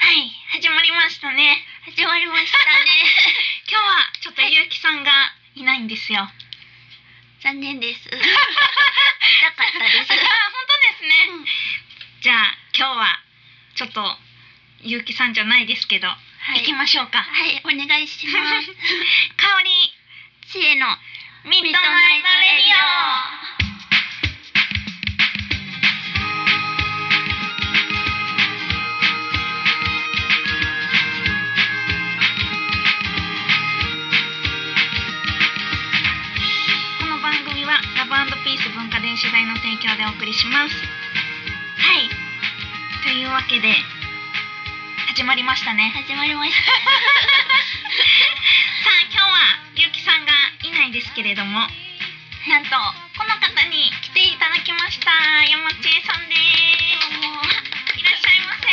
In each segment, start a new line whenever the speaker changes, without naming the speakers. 始まりましたね。
始まりま したね
今日はちょっとゆうきさんがいないんですよ。
残念です 痛かった で
あ、本当
す、
ですね。
うん
じゃあ今日はちょっとゆうきさんじゃないですけど、
はい
行きましょうか。
はいお願いします
香り
知恵の
ミッドナイトレディオ。この番組はラブピース文化電子台の提供でお送りしますはいというわけで始まりましたね
始まりました
さあ今日はゆうきさんがいないですけれどもなんとこの方に来ていただきました山千恵さんです
どうも
いらっしゃいませ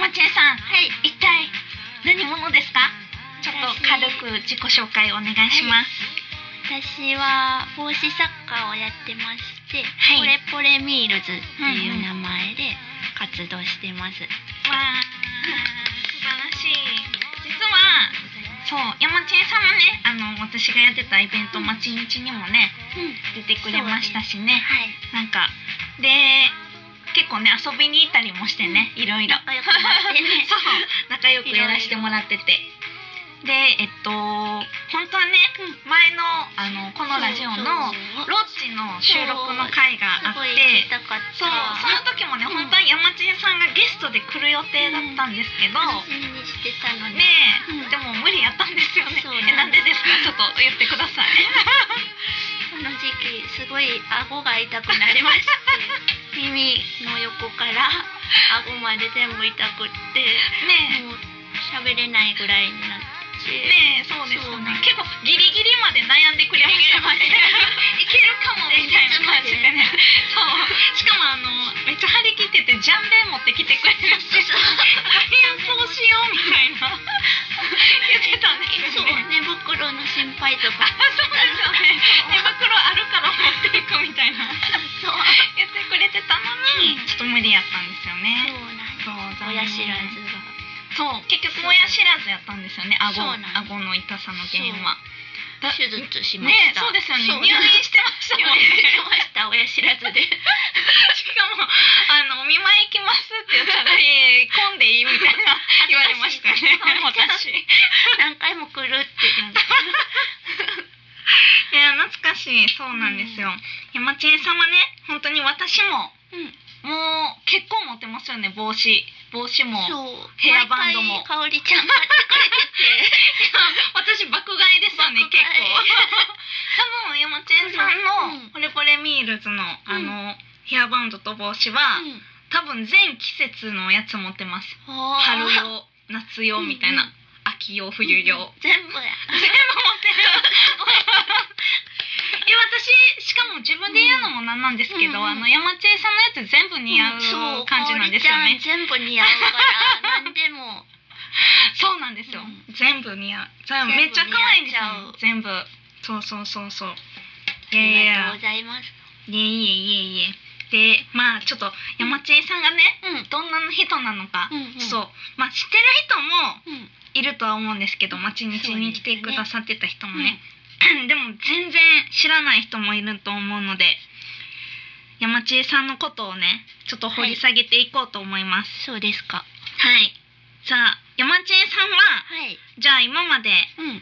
お邪魔しま
山千恵さん
はい
一体何者ですかちょっと軽く自己紹介お願いします
私は帽子サッカーをやってまして、
はい
ポレポレミールズっていう名前で活動してます、
わあ素晴らしい実はそう山千恵さんもねあの私がやってたイベント「
うん
町日」にもね
うん
出てくれましたしね
は
な
い
んかで結構ね遊びに行ったりもしてねいろいろ
仲良くなって ね
そう仲良くやらせてもらっててでえっと本当はね前のあのこのラジオのロッチの収録の回があっ
すごい
て
行きたかっ
そ
た
う、その時もね、
うん
本当は山地さんがゲストで来る予定だったんですけど、
楽しみにしてたのに、
ねえ、
うん
でも無理やったんですよね。
そう
え、なんでですか、ちょっと言ってください。
この時期すごい顎が痛くなりまして耳の横 から顎まで全部痛くって
ねえ、
もう喋れないぐらいになって、
ねえ、そうです
そう
よ
なん
ね。結構ギリギリまで悩んでくれましたもんね。 いけるかも みたいな感じでね。そう、しかもあの、めっちゃ張り切ってて、ジャンベ持ってきてくれるんですよ。 大変そうしようみたいな。言ってたんです
そ
よ
う
ね。
寝袋の心配 と
あそうですよね
か
寝袋あるから持っていくみた いな
そう
言ってくれてたのにちょっと無理やったんですよ
そう
ね
なんです
そう
親知らずが
そう結局親知らずやったんですよね顎
そうなん
顎の痛さの原因はだ
手術しま
ね
した
そうですよね
そう
入院してました
入
もん
院し
ね
ました親知らずで
しかもあの「お見舞い行きます」って言ったら「ええ混んでいい?」みたいな言われま したよね
恥
私
何回も来るってなんか
いや懐かしいそうなんですよ、山千恵さんはね本当に私も
うん
もう結構持ってますよね帽子帽子も
そう
ヘアバンドも
毎回香りちゃんがやってくれてて
私爆買いですよね
爆
結
買い
構多分山千恵さん
う
の
ん
ポレポレミールズの、あのヘアバンドと帽子 は、
うん
多分全季節のやつ持ってます春
春
用夏用みたいな、
うんうん
秋用冬 用、
全部や
全部持ってるいや私しかも自分で言うのもなんなんですけど、
うん
あの山千恵さんのやつ全部似合う感じなんですよね、
そう香織ちゃん全部似合うから何でも
そうなんですよ、
う
全部似合う全部
全部
めっちゃ可愛いんですよ
似合っちゃう
全部そうそうそうそうい
あ
や い
りが
や
とうございます
いやいやいやいやでまあちょっと山千恵さんがね、
うん
どんな人なのか、
うんうん
そうまあ知ってる人も
うん
いるとは思うんですけど町日に来てくださってた人もねでも全然知らない人もいると思うので山千恵さんのことをねちょっと掘り下げていこうと思います
そうですか
はい、じゃあ山千恵さんは
はい
じゃあ今まで
うん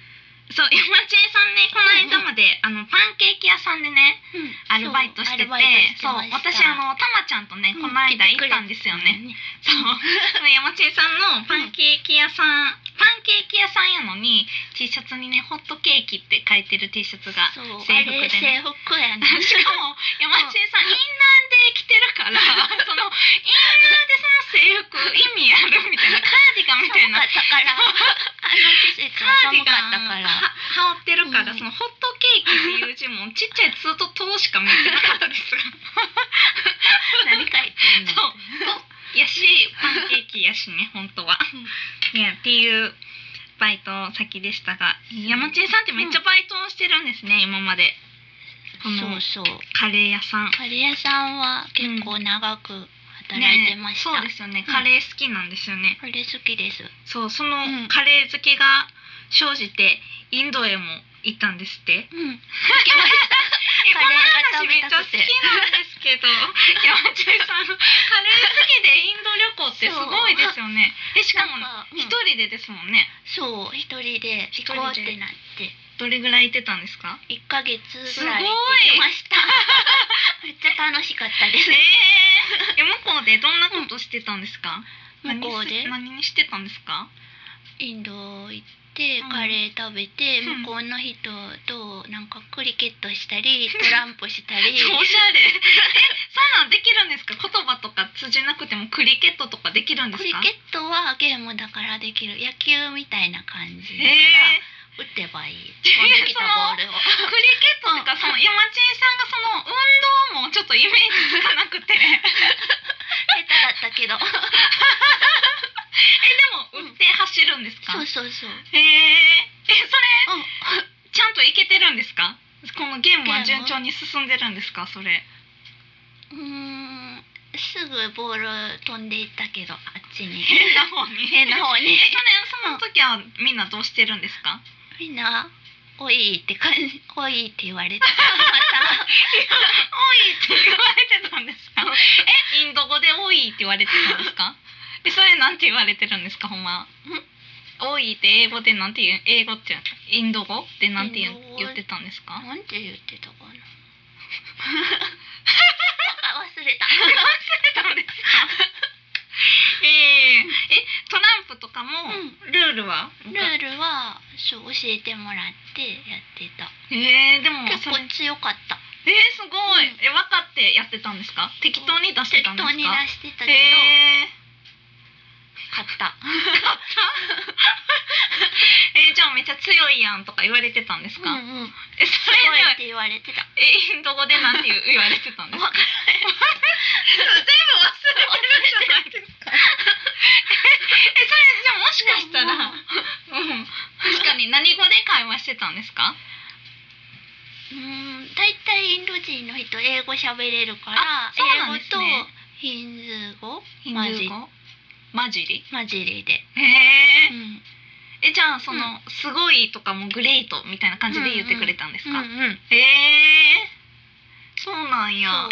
そう山千恵さんねこの間まで、あのパンケーキ屋さんでねアルバイトしてて
そ
そう
うアルバイトし
私
てました
あのたまちゃんとねこの間行ったんですよね、そう山千恵さんのパンケーキ屋さん、パンケーキ屋さんやのに T シャツにねホットケーキって書いてる T シャツが
そう
制服
制
で
服
ね
制服やね
しかも山千恵さんインナーで着てるからそのインナーでその制服意味あるみたいなカーディガンみたい
寒
な
かったからあの季節は
カーデ
寒
ィ
か
ガ
った
ン
から
は羽織ってるから、
うん
そのホットケーキっていう字もちっちゃい「ツーと「と」しか見えてなかったですが
何書いてんの
そう「と」やしパンケーキやし ね本当は。いやっていうバイト先でしたが山千恵さんってめっちゃバイトをしてるんですね、今まで。この
そうそう
カレー屋さん
カレー屋さんは結構長く働いてました、
ねそうですよねカレー好きなんですよね、
これ好きです
そうその
うん
カレー好きが生じてインドへも行ったんですって
うん
えこの
カレー
話めっ
が食べ
ち
た
ゃ好
く
き
て
なんですけど山中さんカレー好きでインド旅行ってすごいですよねえしかも
なんかうん
一人でですもんね
そう一人で行こうってなって
どれぐらい行ってたんですか
一ヶ月ぐらい
す
行
ごい
きま しためっちゃ楽しかったです
えー、え 向こうでどんなことしてたんですか、
向こうで
何にしてたんですか
インド行って
うん
カレー食べて、
うん
向こうの人となんかクリケットしたりトランプしたり
おしゃれ えそんなんできるんですか言葉とか通じなくてもクリケットとかできるんで
ク
す
リ
か
ケットはゲームだからできる野球みたいな感じだ
えー
から打てばいい飛んできたボ ー
クリケ
ルを
ットってかその山地さんがその運動もちょっとイメージつかなく てえで
下手だったけど
も打って走るんですか、
そうそうそう、う
へええそれ
ん、
ちゃんといけてるんですかこのゲームは順調に進んでるんですかそれ
うーんすぐボール飛んでいったけどあっち に
変な方に
変な方に
えそれその時はみんなどうしてるんですか
みんな「おい」って感じ「おい」って言わ れてまた
多いって言われてたんですか えインド語で多いって言われてたんですかえそれなんて言われてるんですかほんま多いって英語でなんて言う英語ってインド語でなんて言う
インド語
言ってたんですか
なんて言ってたかな あ忘れた
えええトランプとかも
う
ルールは、
ルールはそう教えてもらってやってた
えー、でも
結
それ
構強かった
えー、すごい、
うん
え分かってやってたんですか適当に出して
適
たんですか
当に出してたけど、
えー
勝っ
え
た
ーじゃあめっちゃ強いやんとか言われてたんですか、
うんうん
え
す
そ
ご
れで
いって言われてた
えインド語でなんて言う言われてたんですか
わかんない
全部忘れてるじゃないですかえそれじゃあもしかしたら、
まあ
うん、確かに何語で会話してたんですか
うーん大体インド人の人英語喋れるから
あそうなんで
英語
す
と
ね
ヒンズー語
ヒン
マ
ズー
ジ
語マジリ
マジリで、
へえ
うん、
えじゃあその、
う
すごいとかもグレイトみたいな感じで言ってくれたんですか、
うんうん
へえそうなん
そう
や
あ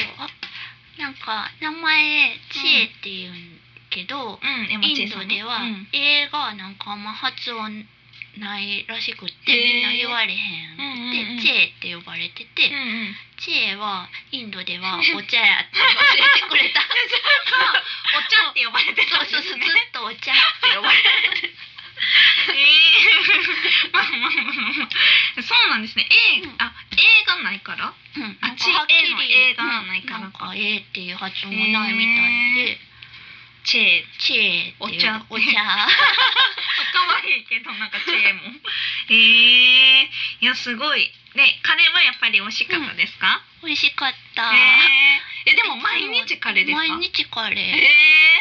なんか名前知恵って言うんけど、
うん山
イ
地
ン
さ
ド
んね
では
うん
映画なんかあんま発音ないらしくって
へー
みんな言われへ
うんうんうん
んくてチェーって呼ばれてて
うんうん
チェーはインドで はお茶やって教えてくれた
お茶って呼ばれてたんで
そうそう
す
そう
ね。
ずっとお茶って呼ばれて
ええまあまあまあまあ。そうなんですね。映
うん
あ映画ないから。
うん
あ
なんか
知恵
はっきり
の映画はないから
うんなんか「え」っていう発音もないみたいで
チェー。
「チェー」っていう
お
お
茶
茶
可愛いけどなんかチェーも。 ええいやすごい。でカレーはやっぱり美味しかったですか？
美味しかった
えええでも毎日カレーですか？
毎日カレー
え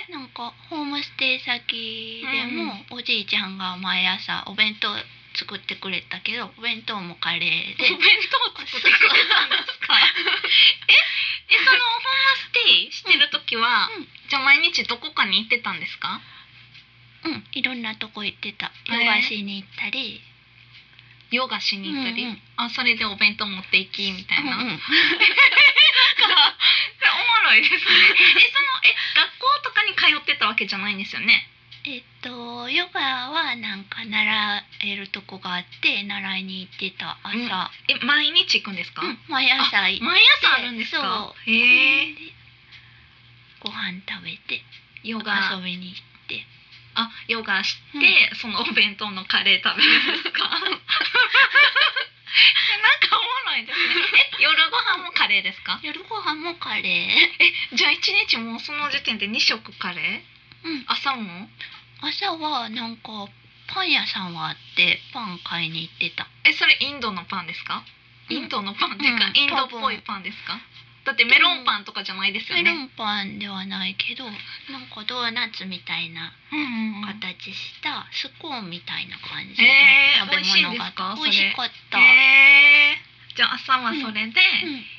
え
なんかホームステイ先でもおじいちゃんが毎朝お弁当作ってくれたけどお弁当もカレー
お
で
弁当作ってく れたんですか？ええそのホームステイしてる時は、
うん
じゃあ毎日どこかに行ってたんですか？
うんいろんなとこ行ってた
へー
ヨガしに行ったり、
ヨガしに行ったり、
うんうん
あそれでお弁当持って行きみたいな、
うんう
なんかお
ん
もろいですねえそのえ学校とかに通ってたわけじゃないんですよね
えっとヨガはなんか習えるとこがあって習いに行ってた朝、
え毎日行くんですか、
うん毎朝行って
毎朝あるんですか
そ
へ
う
え
でご飯食べて
ヨガ
遊びに行って
あヨガして、
う
そのお弁当のカレー食べるんですかなんかおもろいですねえ夜ご飯もカレーですか
夜ご飯もカレ
えじゃあ一日もうその時点で2食カレー
ー、うん、
朝も
朝はなんかパン屋さんはあってパン買いに行ってた
えそれインドのパンですか
うん
インドのパンっていうか、
うん
インドっぽいパンですかだってメロンパンとかじゃないですよ
メロ
ね
ンパンではないけどなんかドーナツみたいな
うんうんうん
形したスコーンみたいな感じ
へー
の食べ物があっ
美
て美
味しい
味
んです
し
か
かった、
へえじゃあ朝はそれで、
うん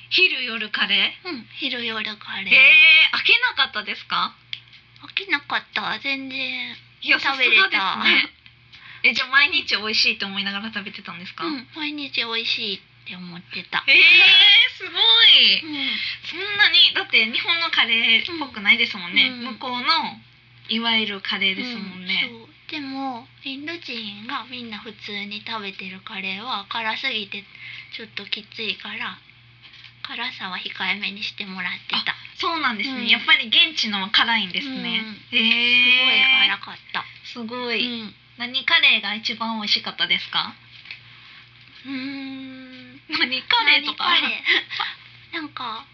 昼夜カレー
うん昼夜カレー、
えー、飽きなかったですか
飽きなかった全然
いや
食べれた
さすがですねえじゃあ毎日美味しいと思いながら食べてたんですか、
うん毎日美味しいって思ってた
えー、すごい
うん
そんなにだって日本のカレーっぽくないですもんね、
うん
向こうのいわゆるカレーですもんね、
うんそうでもインド人がみんな普通に食べてるカレーは辛すぎてちょっときついから辛さは控えめにしてもらってた
そうなんですね、
うん
やっぱり現地のは辛いんですね、え
すごい
え
辛かった、
すご
う
い、
ん
何カレーが一番美味しかったですか
うーん
何カレーとか
何カレーなんか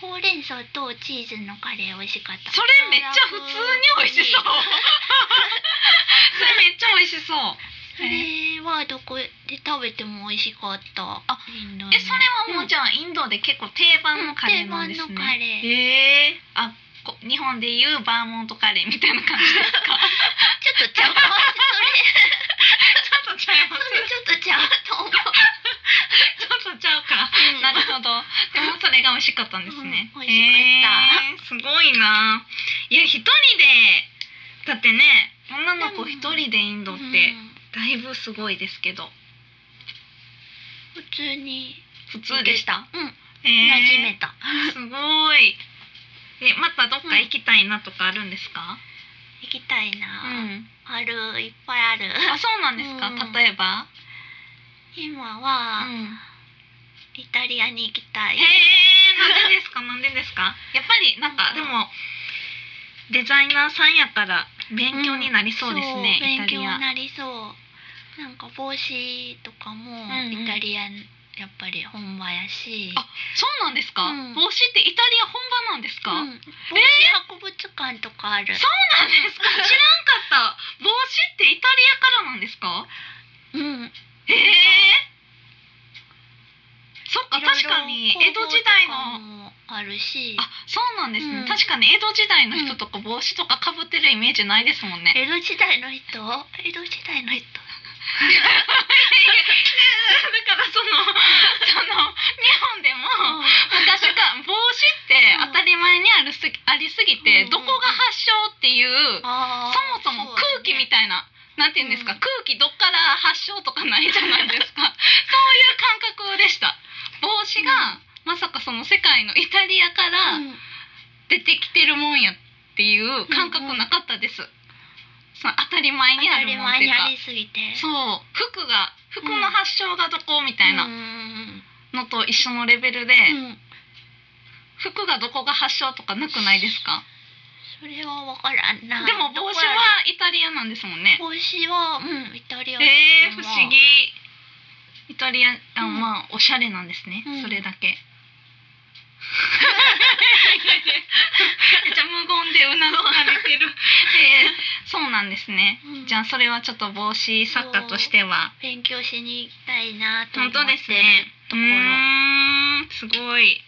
ほうれん草とチーズのカレー美味しかった
それめっちゃ普通に美味しそう それめっちゃ美味しそう
それはどこで食べても美味しかった
あ
インドの
えそれはもうじゃあインドで結構定番のカレーなんですね、
うん定番のカレー
ええあこ日本でいうバーモントカレーみたいな感じですか
ちょっと ちゃう
ちょっ
そ
とちゃいます
れそれちょっとちゃうと思う
ちょっとちゃうか
うん
なるほどでもそれが美味しかったんですね、
うん美味し
かった、すごいないや一人でだってね女の子一人でインドって
うん
だいぶすごいですけど
普通に
普通でした
うん馴
えー
染めた、
すごいえまたどっか行きたいなとかあるんですか、
行きたいな、あるいっぱいある
あそうなんですか、
うん
例えば、
今
う
は、
ん、
イタリアに行きた
へ
い
えなんでです かなんでですかやっぱりなんか、
うん
でもデザイナーさんやから勉強になりそうですね、
そ
イタ
う
リ
勉強
ア
になりそうなんか帽子とかも
んうん
イタリアン、やっぱり本場やし
あそうなんですか、
うん
帽子ってイタリア本場なんですか、
うん、
そう
帽子博物館とかある、
なんですか知らんかった帽子ってイタリアからなんですか
うん
へえそっか確かに江戸時代の
のあるし
あそうなんですね、
うん
確かに江戸時代の人とか帽子とかかぶってるイメージないですもんね、
江戸時代の人江戸時代の人
だからそのその日本でも昔から帽子って当たり前にあるすぎありすぎて、
うん
どこが発祥っていう、
あー
そもそも空気み
そうだ
た
ね
いな、なんて言うんですか、
うん
空気どっから発祥とかないじゃないです かそういう感覚でした帽子が、まさかその世界のイタリアから、
うん
出てきてるもんやっていう感覚なかったです、その当たり前
当
にあ
た
る
り
もんって
前
いう
に
か
ありすぎて
そう服が服の発祥がどこみたい
うん
なのと一緒のレベルで、
うん
服がどこが発祥とかなくないですか、
それは分からんな
でも帽子
どこや
はイタリアなんですもんね
ろ帽子はうんイタリアだと
えー、
思
不
う
思議イタリアあ、
うん
まあおしゃれなんですね、
うん
それだ けめっちゃ無言でうなずかれ てる、えー、そうなんですね、
うん
じゃあそれはちょっと帽子作家としては
勉強しに行きたいなと思っ
本
て
当ですねう
ところ
ーんすごいイ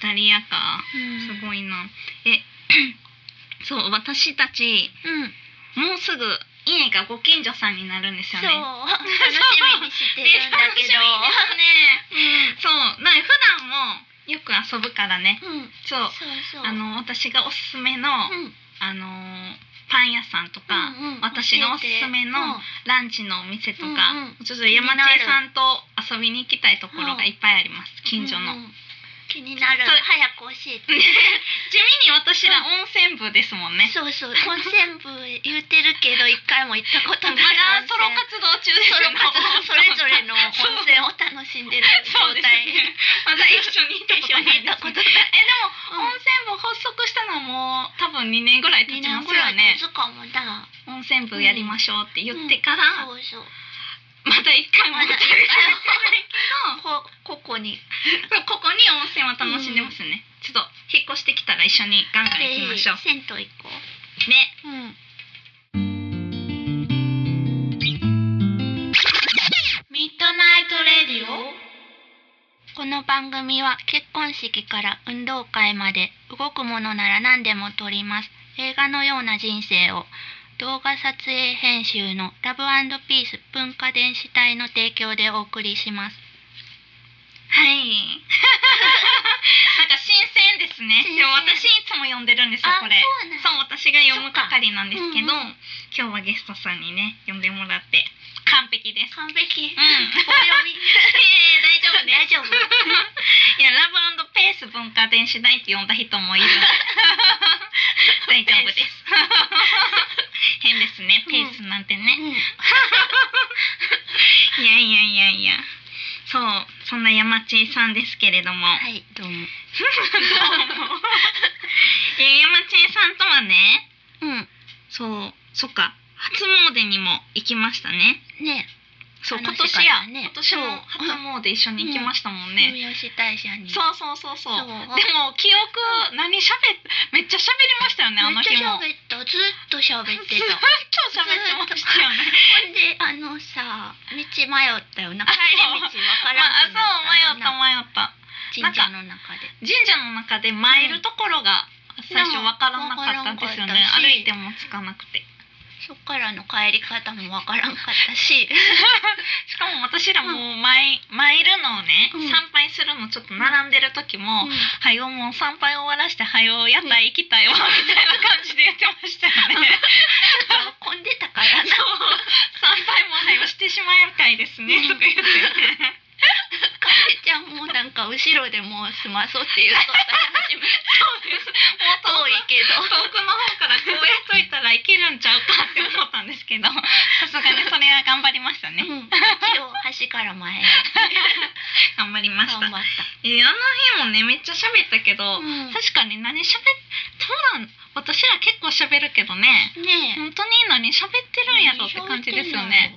タリアか
うん
すごいなえ そう私たち
うん
もうすぐ家がご近所さんになるんですよ
そう
ね
楽しみにしてるんだけど
ね。そう、な普段もよく遊ぶからね。
うんうん
そう、
そうそう
あの私がおすすめの、
うん
あのーパン屋さんとか、
うんうん
私がおすすめの
教
ランチのお店とか、
うんうん
ちょっと山地さんと遊びに行きたいところがいっぱいあります。
えて
近所の。
う んうん気になる
そう
早く教え
地
て
味に私ら温泉部ですもんね。
そうそう温泉部言ってるけど一回も行ったこと
ま
ない
だソロ
温
活
泉
動中です
ソロ
よね
活動それぞれの温泉を楽しんでる
そう
状
です
態
ね。まだ一緒にいたことないですね
一緒にいたことない
えでも
うん
温泉部発足したのはもう多分2年ぐらい経
2
ちま
年
す
ぐ
よ
らい
ね
経つかもな
温泉部やりましょうって言ってから、
そうそう
まだ1回も
まだ
やってないけ
こここに
どここに温泉は楽しんでますね、ちょっと引っ越してきたら一緒にガンガン行きましょう
えー、銭湯行こ
ね
ううんミッドナイトレディオこの番組は結婚式から運動会まで動くものなら何でも撮ります映画のような人生を動画撮影編集のラブピース文化電子体の提供でお送りします
はい。私いつも読んでるんですよ
あ
これ
そうなんだ
そう私が読む係なんですけど、
そっかうん
今日はゲストさんにね読んでもらって完璧です
完 璧。
うん
棒読み。
大
丈夫ね
大丈夫いやラブペース文化電子代って呼んだ人もい る大丈夫です変ですねペースなんてね、いやいやいやいやそうそんな山地さんですけれど も、
い、どうも。
いや山地さんとはね
うん。
そうそっか初詣にも行きましたね
ね、
そう今
楽
年
しかった
や、
ね
今年も初詣一緒に行きましたもんね、
ね、三好大社に。
そうそうそうそう。
そう
でも記憶何喋っめっちゃ喋りましたよねあ
め
の
っ
日
ちゃ
も。
喋った。ずっと喋
ず
っ
って と
た。
喋ってましたよね。
ほんで、あのさ、道迷った よな。帰り道わか
ま
ら
あ
んくな
そう迷った
っ
迷った。
たよな。神社の中で。
神社の中で参るところが最初わからなかったんですよね。
わからんかったし
歩いてもつかなくて。
そっからの帰り方もわからんかった し。
しかも私らもう参参るのをね、
うん
参拝するのちょっと並んでる時も。
うん
はよもう参拝終わらしてはよ屋台行きたいわみたいな感じで言ってましたよね。
混んでたからな。
参拝もはよしてしまいたいですね、
うん
とか言ってね
かえちゃんもうなんか後ろでもう済まそうって言うとったか ら始めたもう遠いけど
遠くの方からこうやっといたらいけるんちゃうかって思ったんですけどさすがにそれは頑張りましたね、
うん、一応端から前へ
頑張り ました
頑張った
えーあの日もねめっちゃ喋ったけど、
うん
確かに何喋っそうなん私ら結構喋るけどね
ねえ
本当に何喋ってるんやろって感じですよね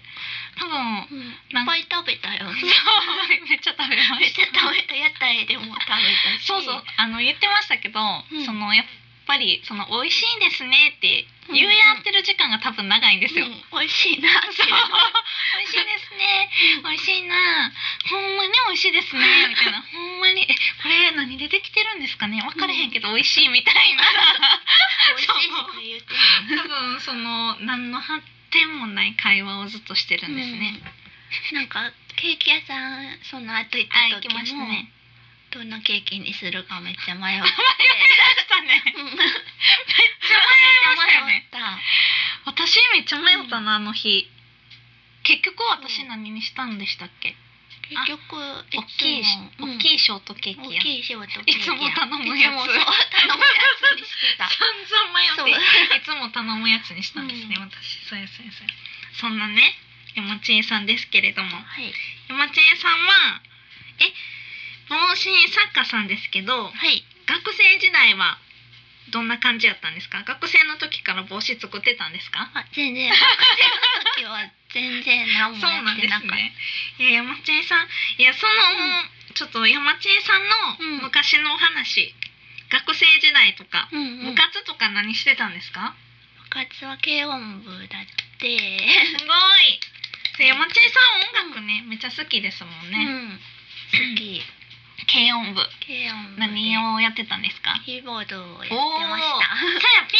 多分
うんいっ
なん
ぱい食べた よ
そうめっちゃ食べま
めっ
し
ちゃ
た
食べた屋台でも食べたし
そうそうあの言ってましたけど、
ん
そのやっぱりその美味しいですねって言い合ってる時間が多分長いんですよ。
うん美味しいなっ
そう
て
美味しいですね美味しいなほんまに美味しいですねみたいなほんまにえこれ何でできてるんですかね分からへんけど美味しいみたいな
美味しいとか言ってる
多分その何の発展もない会話をずっとしてるんですね、
うんなんかケーキ屋さんその後行っ
あ
た
行き
時も
ましたね
どんなケーキにするかめっちゃ迷って
行きましたね
うんめっち
ゃ
ゃ
迷
迷
い
った
私めっちゃ迷ったなあの日結局私何にしたんでしたっけ
結局
大きいし、
うん
大きいショートケーキや
大きい仕事
いつも頼むやつ
いつもそう頼むやつにしてた
散々迷っていつも頼むやつにしたんですね、
う
私そうやそうやそうやそんなね山知恵さんですけれども
はい
山知恵さんはえ盲信作家さんですけど
はい
学生時代はどんな感じやったんですか学生の時から帽子作ってたんですか
あ全然学生の時は全然何も
そう
や
なん
って
で
な
す
かった
ねいや山知恵さんいやその、
う
ちょっと山知恵さん
うん
の昔のお話、学生時代とか、
うん
部
うん
活とか何してたんですか
部活は軽音部だって、
すごい。で山地さん音楽ね、めっちゃ好きですもん
う
ね。
ん好き
軽音部。
軽音部で
何をやってたんですか。
キーボードをやって
お
ました
ーじゃあピ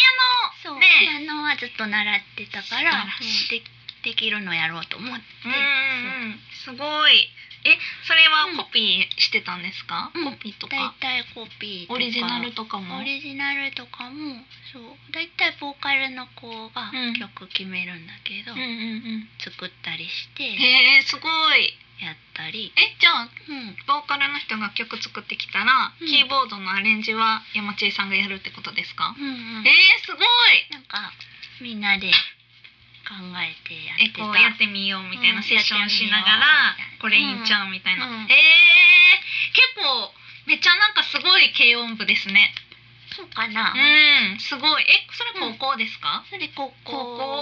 ア
そ
ノ。
う、ピ
ね。
アノはずっと習ってたから
素晴らし
うんでできるのやろうと思って
うんうんうん。すごい。え、それ
うん
はコピーしてたんですか。
うん
コピーと
大
か。
体コピーとか
オリジナルとかも。
オリジナルとかもそうだいたいボーカルの子が
うん
曲決めるんだけど、
うんうんうん。
作ったりして
へえ、すごい。
やったり、
え、じゃあ。
うん、
ボーカルの人が曲作ってきたら、
うん
キーボードのアレンジは山地さんがやるってことですか、
うんうん
えー、すごい
なんかみんなで考えてや
え
ってた
こうやってみようみたいな
うん
セッションしながら、これいいんちゃうみたいな、
うん
えー、結構めっちゃなんかすごい軽音部ですね
そうかな、
うんすごいえそれ高校ですか、
それ高校
高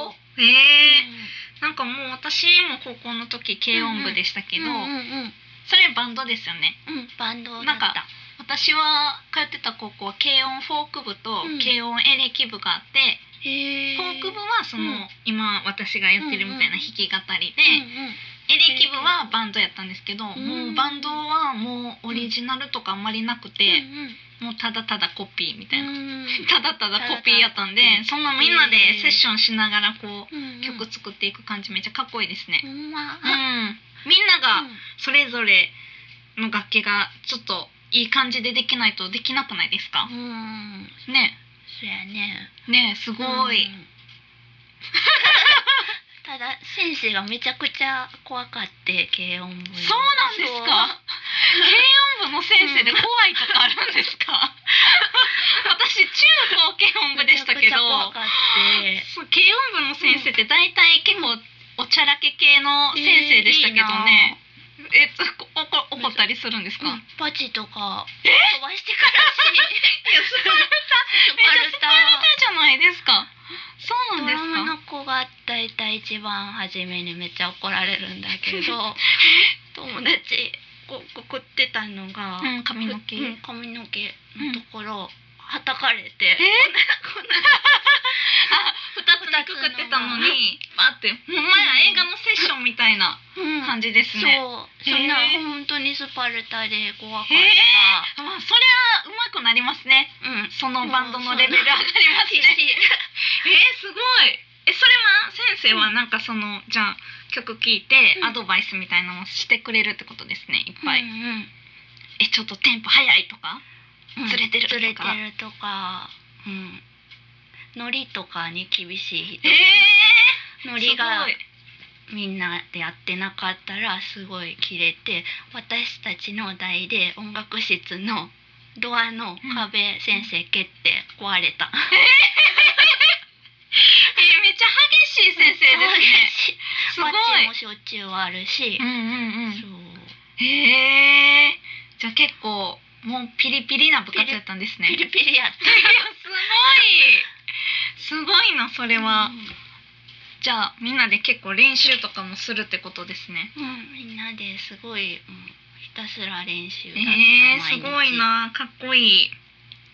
校えー、
う
なんかもう私も高校の時軽音部でしたけ
ん
ど、
うんうんうん
それバンドですよね
うんバンドだ
なん
っ
か
た
私は通ってた高校は軽音フォーク部と
うん
軽音エレキ部があって、
へ
フォーク部はその、
うん
今私がやってるみたいな弾き語りで、エレキ部はバンドやったんですけど、
ん
もうバンドはもうオリジナルとかあんまりなくて、
で
もうただただコピーみたいな、
曲
ただただコピーやったんでそ
ただただコピー
んなみんなでセッションしながらこう、曲作
作
っていく感じめっちゃかっこいいですね、
ほんま
うんみんながそれぞれの楽器がちょっといい感じでできないとできなくないですか
う、ん
ね
そやね
ねすごい、
うんただ先生がめちゃくちゃ怖かって軽音
そう
部
なんですか軽音部の先生で怖いとかあるんです か私中高軽音部
そう
でしたけ
めちゃくちゃ
ど
怖かって
そう軽音部の先生って大体結構おちゃらけ系の先生でしたけどね、えっとおこ怒ったりするんですか、
うんパチとか飛ばしてからし
スパルタめっちゃスパルタじゃないですかそうな
ド
んです
ラム
か
の子が大体一番初めにめっちゃ怒られるんだけど友達こうこくってたのが、
うん髪の毛
うん髪の毛のところ、はたかれ
え
て
こんなあ二つにくくってたのにバってほんまや映画のセッションみたいな
うん
感じですね、
そうそんな
へえ
本当にスパルタで怖か
へ
っ
えまあそりゃうまくなりますね
た、
そ
うん
のバンドのレベル上がりますねえー、すごいえそれは先生はなんかその、じゃあ曲聴いて
うん
アドバイスみたいなのをしてくれるってことですねいっぱい、
うんうん
えちょっとテンポ早いとか
うん
ずれてるとか
ずれてるとかうんノリとかに厳しい人
ええす
ノリ
ご
が
い
みんなでやってなかったらすごいキレて私たちの代で音楽室のドアの壁、先生蹴って壊れた
えーめっちゃ激しい先 生ですね。すごい
パッチもしょっちゅうあるし、
ん
そう
へえ。じゃあ結構もうピリピリな部活やったんですね。
ピリピリやった
いやすごい。すごいなそれは。じゃあみんなで結構練習とかもするってことですね。
うん、うんみんなですごい、うん、ひたすら練習だった
ええ
毎
す
日
ごいなかっこいい。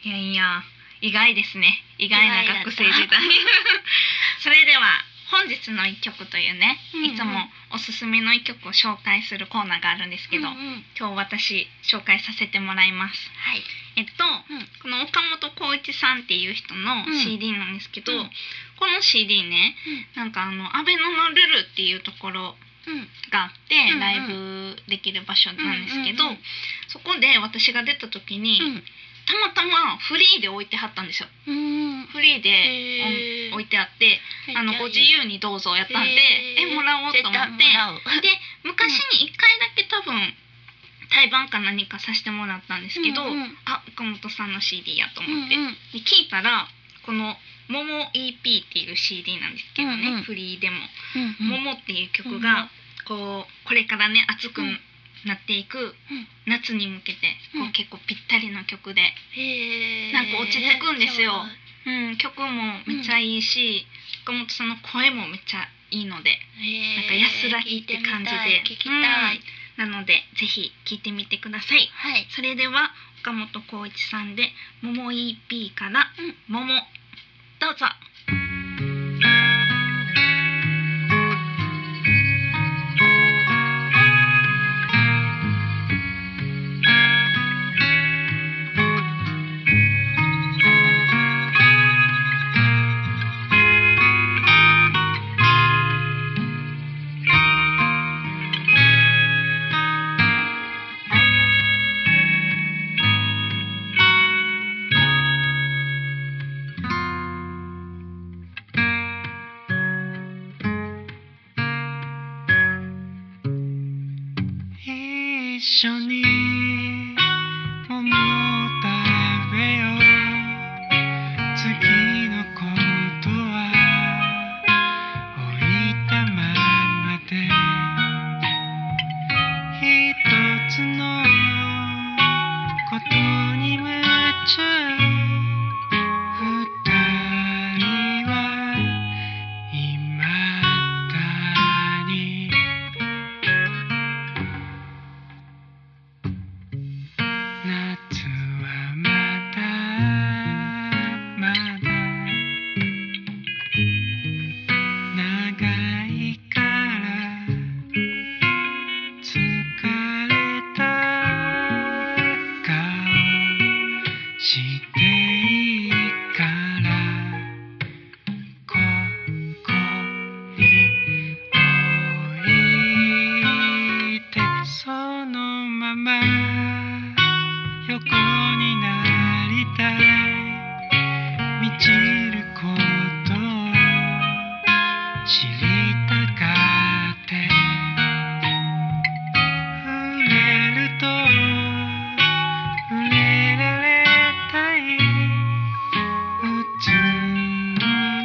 いやいや意外ですね。意外な学生時
意外
代。 それでは本日の一曲というね、
うんうん
いつもおすすめの一曲を紹介するコーナーがあるんですけど。
うんうん
今日私紹介させてもらいます
はい
えっと、
うん
この岡本浩一さんっていう人の
うん
CD なんですけど、
うん
この CD ねなんかあのアベノのルルっていうところ
うんうん
があって、
うんうん
ライブできる場所なんですけど、
うんうんうん
そこで私が出た時に、たまたまフリーで置いてはったんですよ
うん
フリーで
へー
お置いてあってあのご自由にどうぞやったんで
へー
えもらおうと思って
絶対もらう
で昔に1回だけ多分対バンか何かさせてもらったんですけど、
うんうん
あ岡本さんの CD やと思って、
うんうん
で聞いたらこの「もも EP」っていう CD なんですけどね、
うんうん
フリーでも「
うん
もも」っていう曲がこうこれからね熱くなっていく
うん
夏に向けてこ
う
うん結構ぴったりの曲で、
へー
なんか落ち着くんですようん、曲もめっちゃいいし、岡本さんの声もめっちゃいいので
へー
なんか安らぎって感じで
聞いてみたい聞きた
な
い、
のでぜひ聴いてみてください
はい
それでは岡本浩一さんで「もも EP」から
うん
「もも」どうぞ
一緒に桃食べよう次のことは置いたままで一つのことに夢中二人は今だにになりたい」「満ちることを知りたがって」「触れると触れられたい」「うつむ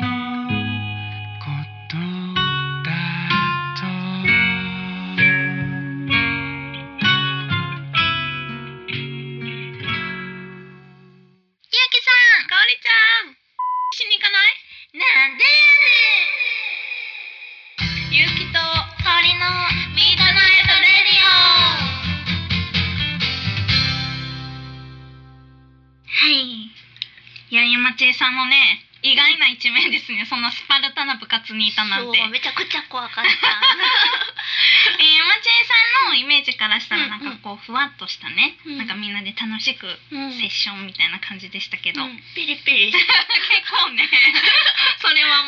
のことだと」
ゆうきさんかおりちゃん
しに行かない
なんで
ゆうきと
やねん香りのミートナイトレディオ
はいいや山千恵さんもね意外な一面ですねそんなスパルタな部活にいたなんて
そうめちゃくちゃ怖かった
えー山千恵さんのイメージからしたらなん
うんう
かこ
ん
うふわっとしたね、
うん
なんかみんなで楽しく
うん
セッションみたいな感じでしたけど、
うんピリピリして
結構 ねそれは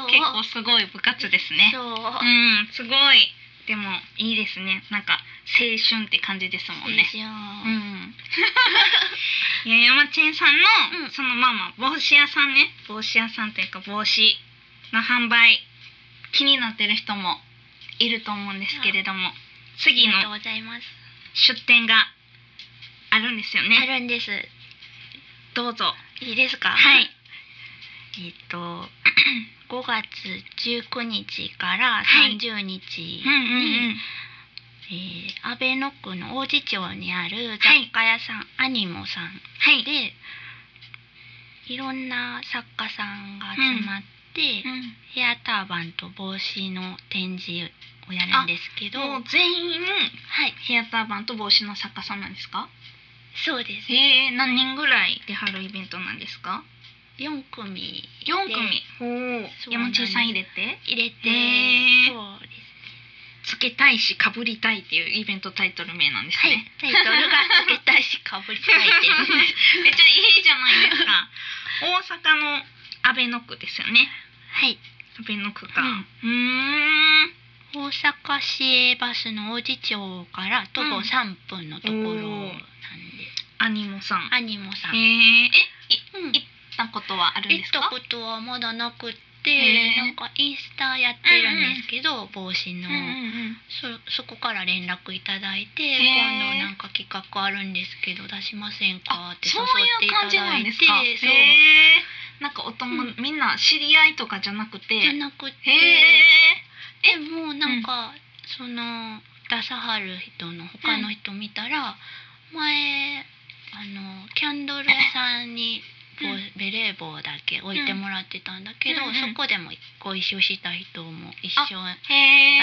もう
そう
結構すごい部活ですね
そう
うんすごいでもいいですねなんか青春って感じですもんね
ですよ
うん いや山ちんさんの、
うん
そのまあまあ帽子屋さんね帽子屋さんというか帽子の販売気になってる人もいると思うんですけれども、
あり
次
がとう
の
ございます
出店があるんですよ
あ
ね
るんです
どうぞ
いいですか
はい
えっと 5月19日から
はい
30日
うんうんう
に
ん
えー阿倍野区の王子町にある雑
はい
貨屋さん、アニモさん
はい
でいろんな作家さんが集まっ
うん
て、ヘアターバンと帽子の展示をやるんですけど
もう全員
はい
ヘアターバンと帽子の作家さんなんですか
そうです
えー、何人ぐらいでハるイベントなんですか
4組
四組ほう
そうな
山
んです
中さん入れて
入れて
へー
そうで
つ
す
けたいしかぶりたいっていうイベントタイトル名なんです
はい
ね、
タイトルがつけたいしかぶりたいで
す
す
めっちゃいいじゃないですか 大阪の阿倍野区ですよね
はい
阿倍野区か
うん
うーん
大阪市営バスの王子町から徒
うん
歩3分のところなん
お
で、
ーアニモさん
アニモさん、
えー、えい
うん
行ったことはあるん
行
で
っ
す
た
か
ことはまだなくって
へー
なんかインスタやってるんですけど、帽子の、
うん
そそこから連絡いただいて、
へー
今度なんか企画あるんですけど出しませんかって誘っていただいてそう
へーなんかお友、
うん
みんな知り合いとかじゃなくて
じゃなくて
へえ
でもうなんか、その出さはる人の他の人見たら、前あのキャンドル屋さんにこう、
うん
ベレー帽だけ置いてもらってたんだけど、
うんうん
そこでもご一緒した人も一緒だっ
へえ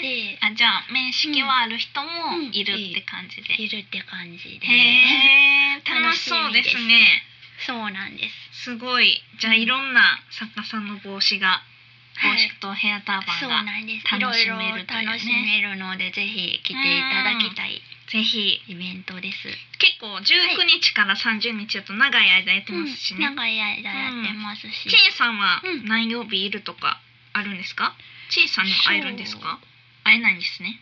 たりして、
あじゃあ面識はある人もいるって感じで、
いるって感じで、
へえ
楽
楽し
し
そう
み
で
ですす
ね
そうなんです。
すごいじゃあいろんな作家さんの帽子が帽子とヘアター
そう
バンが、
なんです。いろ
楽
い
し
ろ
めるというね
楽しめるので、ぜひ来ていただきたい
ぜひ
イベントです。
結構19日から30日だと長い間やってますしね、
長い間やってますし、
ちえさんは
うん
何曜日いるとかあるんですかちえさんには会えるんですか会えないんですね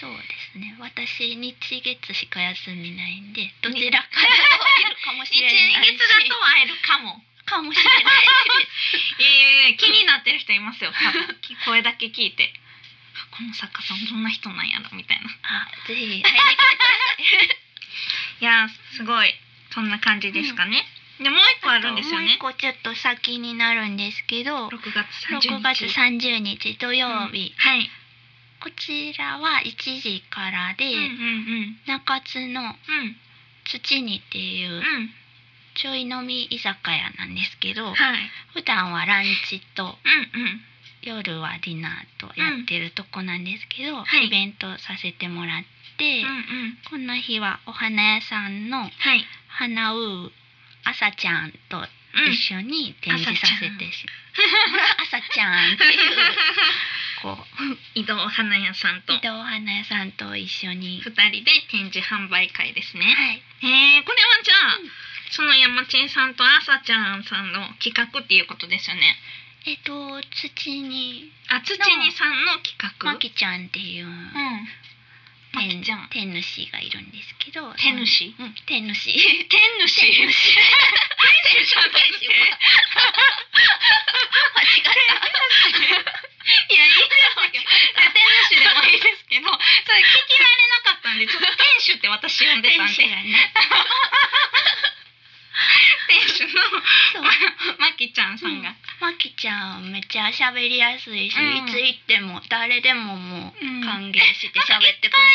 そうですね。私日月しか休みないんで、どちらかだといるかもし
日
れないし、
月だと会えるかも
かもしれないです。
ええ気になってる人いますよ 多分声だけ聞いてあこの作家さんどんな人なんやろみたいな
あ、ぜひ入り
いやーすごいそんな感じですかね、でもう一個あるんですよね
もう一個ちょっと先になるんですけど、
6月30日
6月30日土曜日、
うんはい
こちらは1時からで、
うんうん
中津の
うん
土にってい
う
う
んうん
ちょい飲み居酒屋なんですけど、
はい
普段はランチと
うんうん
夜はディナーとやってるとこなんですけど、
はい
イベントさせてもらって、
うんうん
この日はお花屋さんの
はい
花うあさちゃんと
うん
一緒に展示させてし、あさちゃんっていうこ
移動花屋さん と
う伊藤お花屋さんと一緒に、
二人で展示販売会ですね、
はい、
えー、これはじゃあ、
うん
その山千さんとあさちゃんさんの企画っていうことですよね
えっと土に
あ土にさんの企画
まきちゃんっていう
うんまきちゃん
天主がいるんですけど
天主
うん天
天主
主
天
天主
主じゃなくて
間違った
いやいいですよ天主でもいいですけどそれ聞き慣れなかったんでちょっと天主って私呼んで
天
たん
主
で
がね
天主の
そう
まきちゃんさんが、
まきちゃんめっちゃ喋りやすいし、
うん
いつ行っても誰でももう
うん
歓迎して喋ってく
お
れ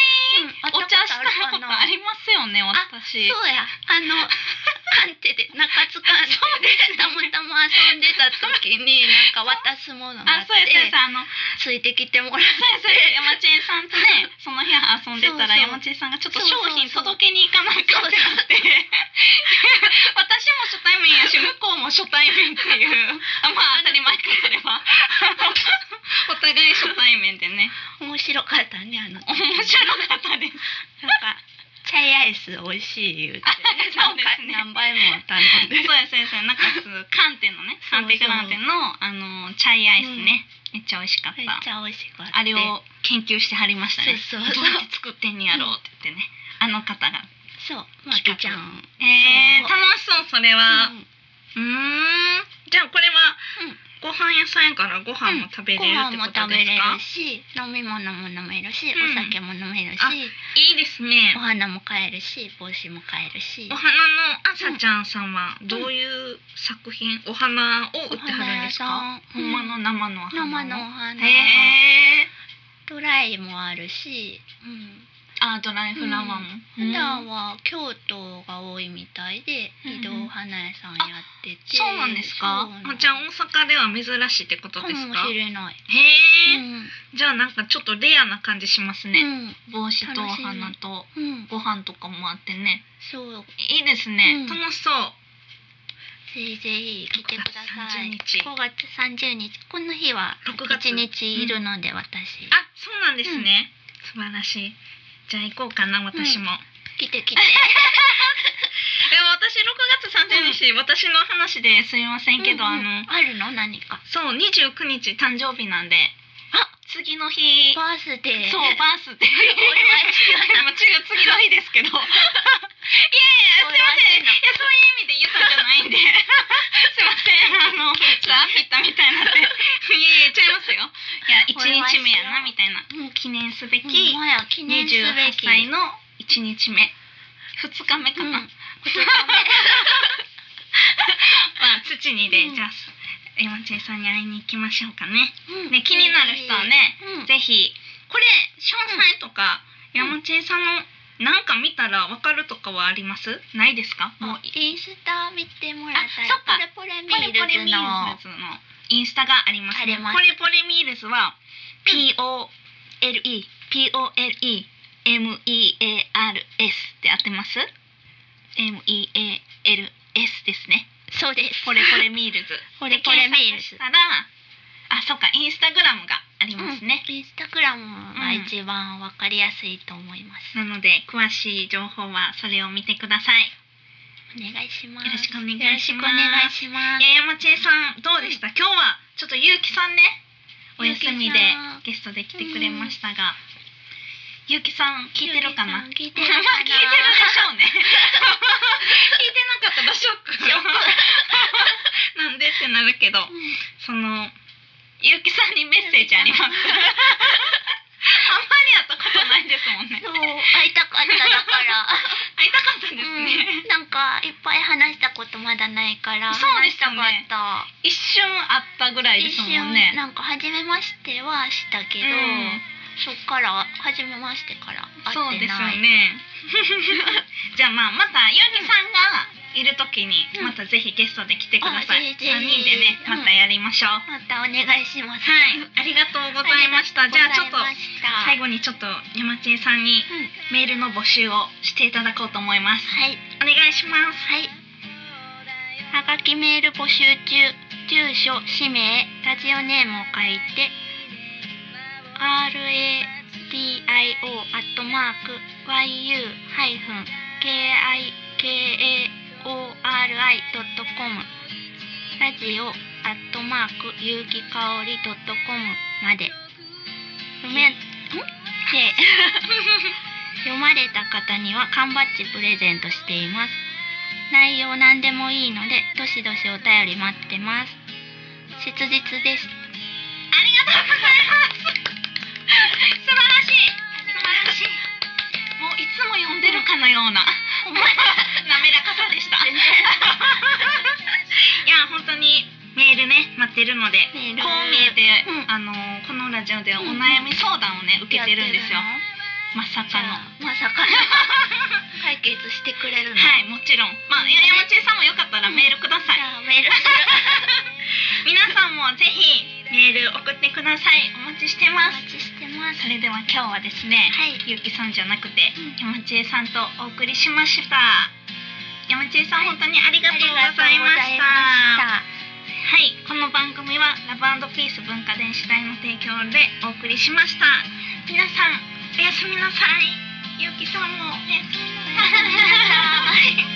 る、うん、会
茶したことありますよね
あ
私
そうやあ の鑑定で中津鑑定でたまたま遊んでた時になんか渡すものがあ
あ
っ
そうやそう
て
やあの
ついてきてもらっ
そうやそうや山地さんとね その日遊んでたら
そうそう
山地さんがちょっと商品届けに行かなあかんってなって 私も初対面やし向こうも初対面っていう あまあ当たり前かそれは お互い初対面でね
て面白かったねあ の
面白かったです
なんかチャイアイス美味しい言う て、
あそうですね
何回何杯も頼ん
そう
で
やそうやそうやなんか寒天のね
そう
寒
そう
天グランテのあのチャイアイスね、めっちゃ美味しかっ
めったちゃ美味しかった
あれを研究してはりましたね
そうそうそう
どうやって作ってんねやろうって言ってね、あの方が
そうまきちゃん
えー、
そう
楽しそうそれはうんんじゃあこれは
うん
ご飯屋さんやからご飯も食べれるってことですか、
ご飯も食べれるし飲み物も飲めるし、
うん
お酒も飲めるし
あいいですね
お花も買えるし帽子も買えるし
お花のあさちゃんさんはどういう作品、お花を売ってはるんですか
お花屋さんうん
ほんまの生のお花
生のお花、
へえ
ドライもあるし、うん、
あドライフラワーも、
普段
うん
は京都が多いみたいで
うん
移動花屋さんやってて、
そうなんですか
そうな
あ
ん
じゃあ大阪では珍しいってこと
か
です
も
か
し
へ
れない、
え、
うん
じゃあなんかちょっとレアな感じしますね、帽子とお
楽しみ
花と
うん、うん、
ご飯とかもあってね
そう
いいですね、
うん
楽しそう
ぜひぜひ来てください。
5月30日
5月30日。この日は
6月
1日いるので、私。
あそうなんですね、素晴らしいじゃあ行こうかな私も、
来て 来て。
でも私6月30日、私の話ですいませんけど、
うんうん
あの
あるの何か。
そう29日誕生日なんであ次の日
バースデー。
そうバース デー
俺は違う
あの違う次の日です けどいやいやすいませんいやそういう意味で言ったんじゃないんで すいません あのさあピッタみたいにな っていやいやちゃいますよいや1日 目やなみたいな
うん
記念すべき
ほんまや記念すべ
28
き。
歳の1日目2日目か
うん
な、まあ土にで、
うん
じゃあ山地さんに会いに行きましょうかね
うん
ね気になる人は。ね、
うん。
ぜひこれ詳細とか、山地さんのなんか見たらわかるとかはありますないですかもう
もうインスタ見てもらった
あ
ら。
そっか
ポレポレミ
ポレポレ
ール
ミ
ズ
ー
の
ルズのインスタがあります,、
あります
ポレポレミールズは P O L E P O L E M E A R S って合ってます？M E A L S ですね。
そうです。
ポレポレミールズ。
ポレポレミールズ
で検索したら、あ、そっか、インスタグラムがありますね。
うんインスタグラムが一番わかりやすいと思います。
なので詳しい情報はそれを見てください。
お願いします。
よろしくお願い
よろ
し
しくお
ます
願いします。
えー、山千恵さんどうでした、今日はちょっとゆうきさんねお休みでゲストで来てくれましたが、ゆうきさん聞いてるかな
ゆうきさん聞いて
ま
る
あ
かな
聞いてるでしょうね聞いてなかったらショックなんでってなるけど
う
そのゆうきさんにメッセージありますあんまり会ったことないですもんね
んそう会いたかっただから、
会いたかったんです
うん
ね、
なんかいっぱい話したことまだないから
そうで
話し
すよ
た
ね一瞬会
かった、
ったぐらいで
一
すも
瞬
んね
なんか初めましてはしたけ
う
ど、
ん
そっから初めましてから
そう
会
で
って
すよ
ない
ね じゃあまあまたゆうきさんがいるときに
うん
またぜひゲストで来てくださ
あ
い、
ぜひぜひ
三人でね
うん
またやりましょう、
またお願いします
はいありがとうございましたじゃあちょっと最
後
後にちょっと山千恵さんに
うん
メールの募集をしていただこうと思います
はい
お願いします
はい。はがきメール募集中。住所、氏名、ラジオネームを書いて、radio.yu-kikaori.com ラジオ、アットマーク、ゆうきかおり .com まで。不明、ん ?K 読まれた方には缶バッジプレゼントしています内容何でもいいのでどしどしお便り待ってます切実です
ありがとうございます。素晴らしい。素晴らしい。もういつも読んでるかのような。滑らかさでした。いや、本当にメールね、待ってるので。
メール
こう見えて、
うん
あの、このラジオではお悩み相談をね、受けてるんですよ。
や
まさ
って
か
る
の
の。じゃあまさ かの解決してくれるの、
はい、もちろん。まあ、いや山地さんもよかったらメールください
じ。ゃあメールす
皆さんもぜひメール送ってください。お待ちして
るお
ます。
待ちしてます
それでは今日はですね、
はい
ゆうきさんじゃなくて、
うん
山千恵さんとお送りしました山千恵さん、本当にありがとうございました
あ
はいこの番組はラブピース文化電子台の提供でお送りしました皆さんおやすみなさいゆうきさんもおやすみなさい
りがとうございました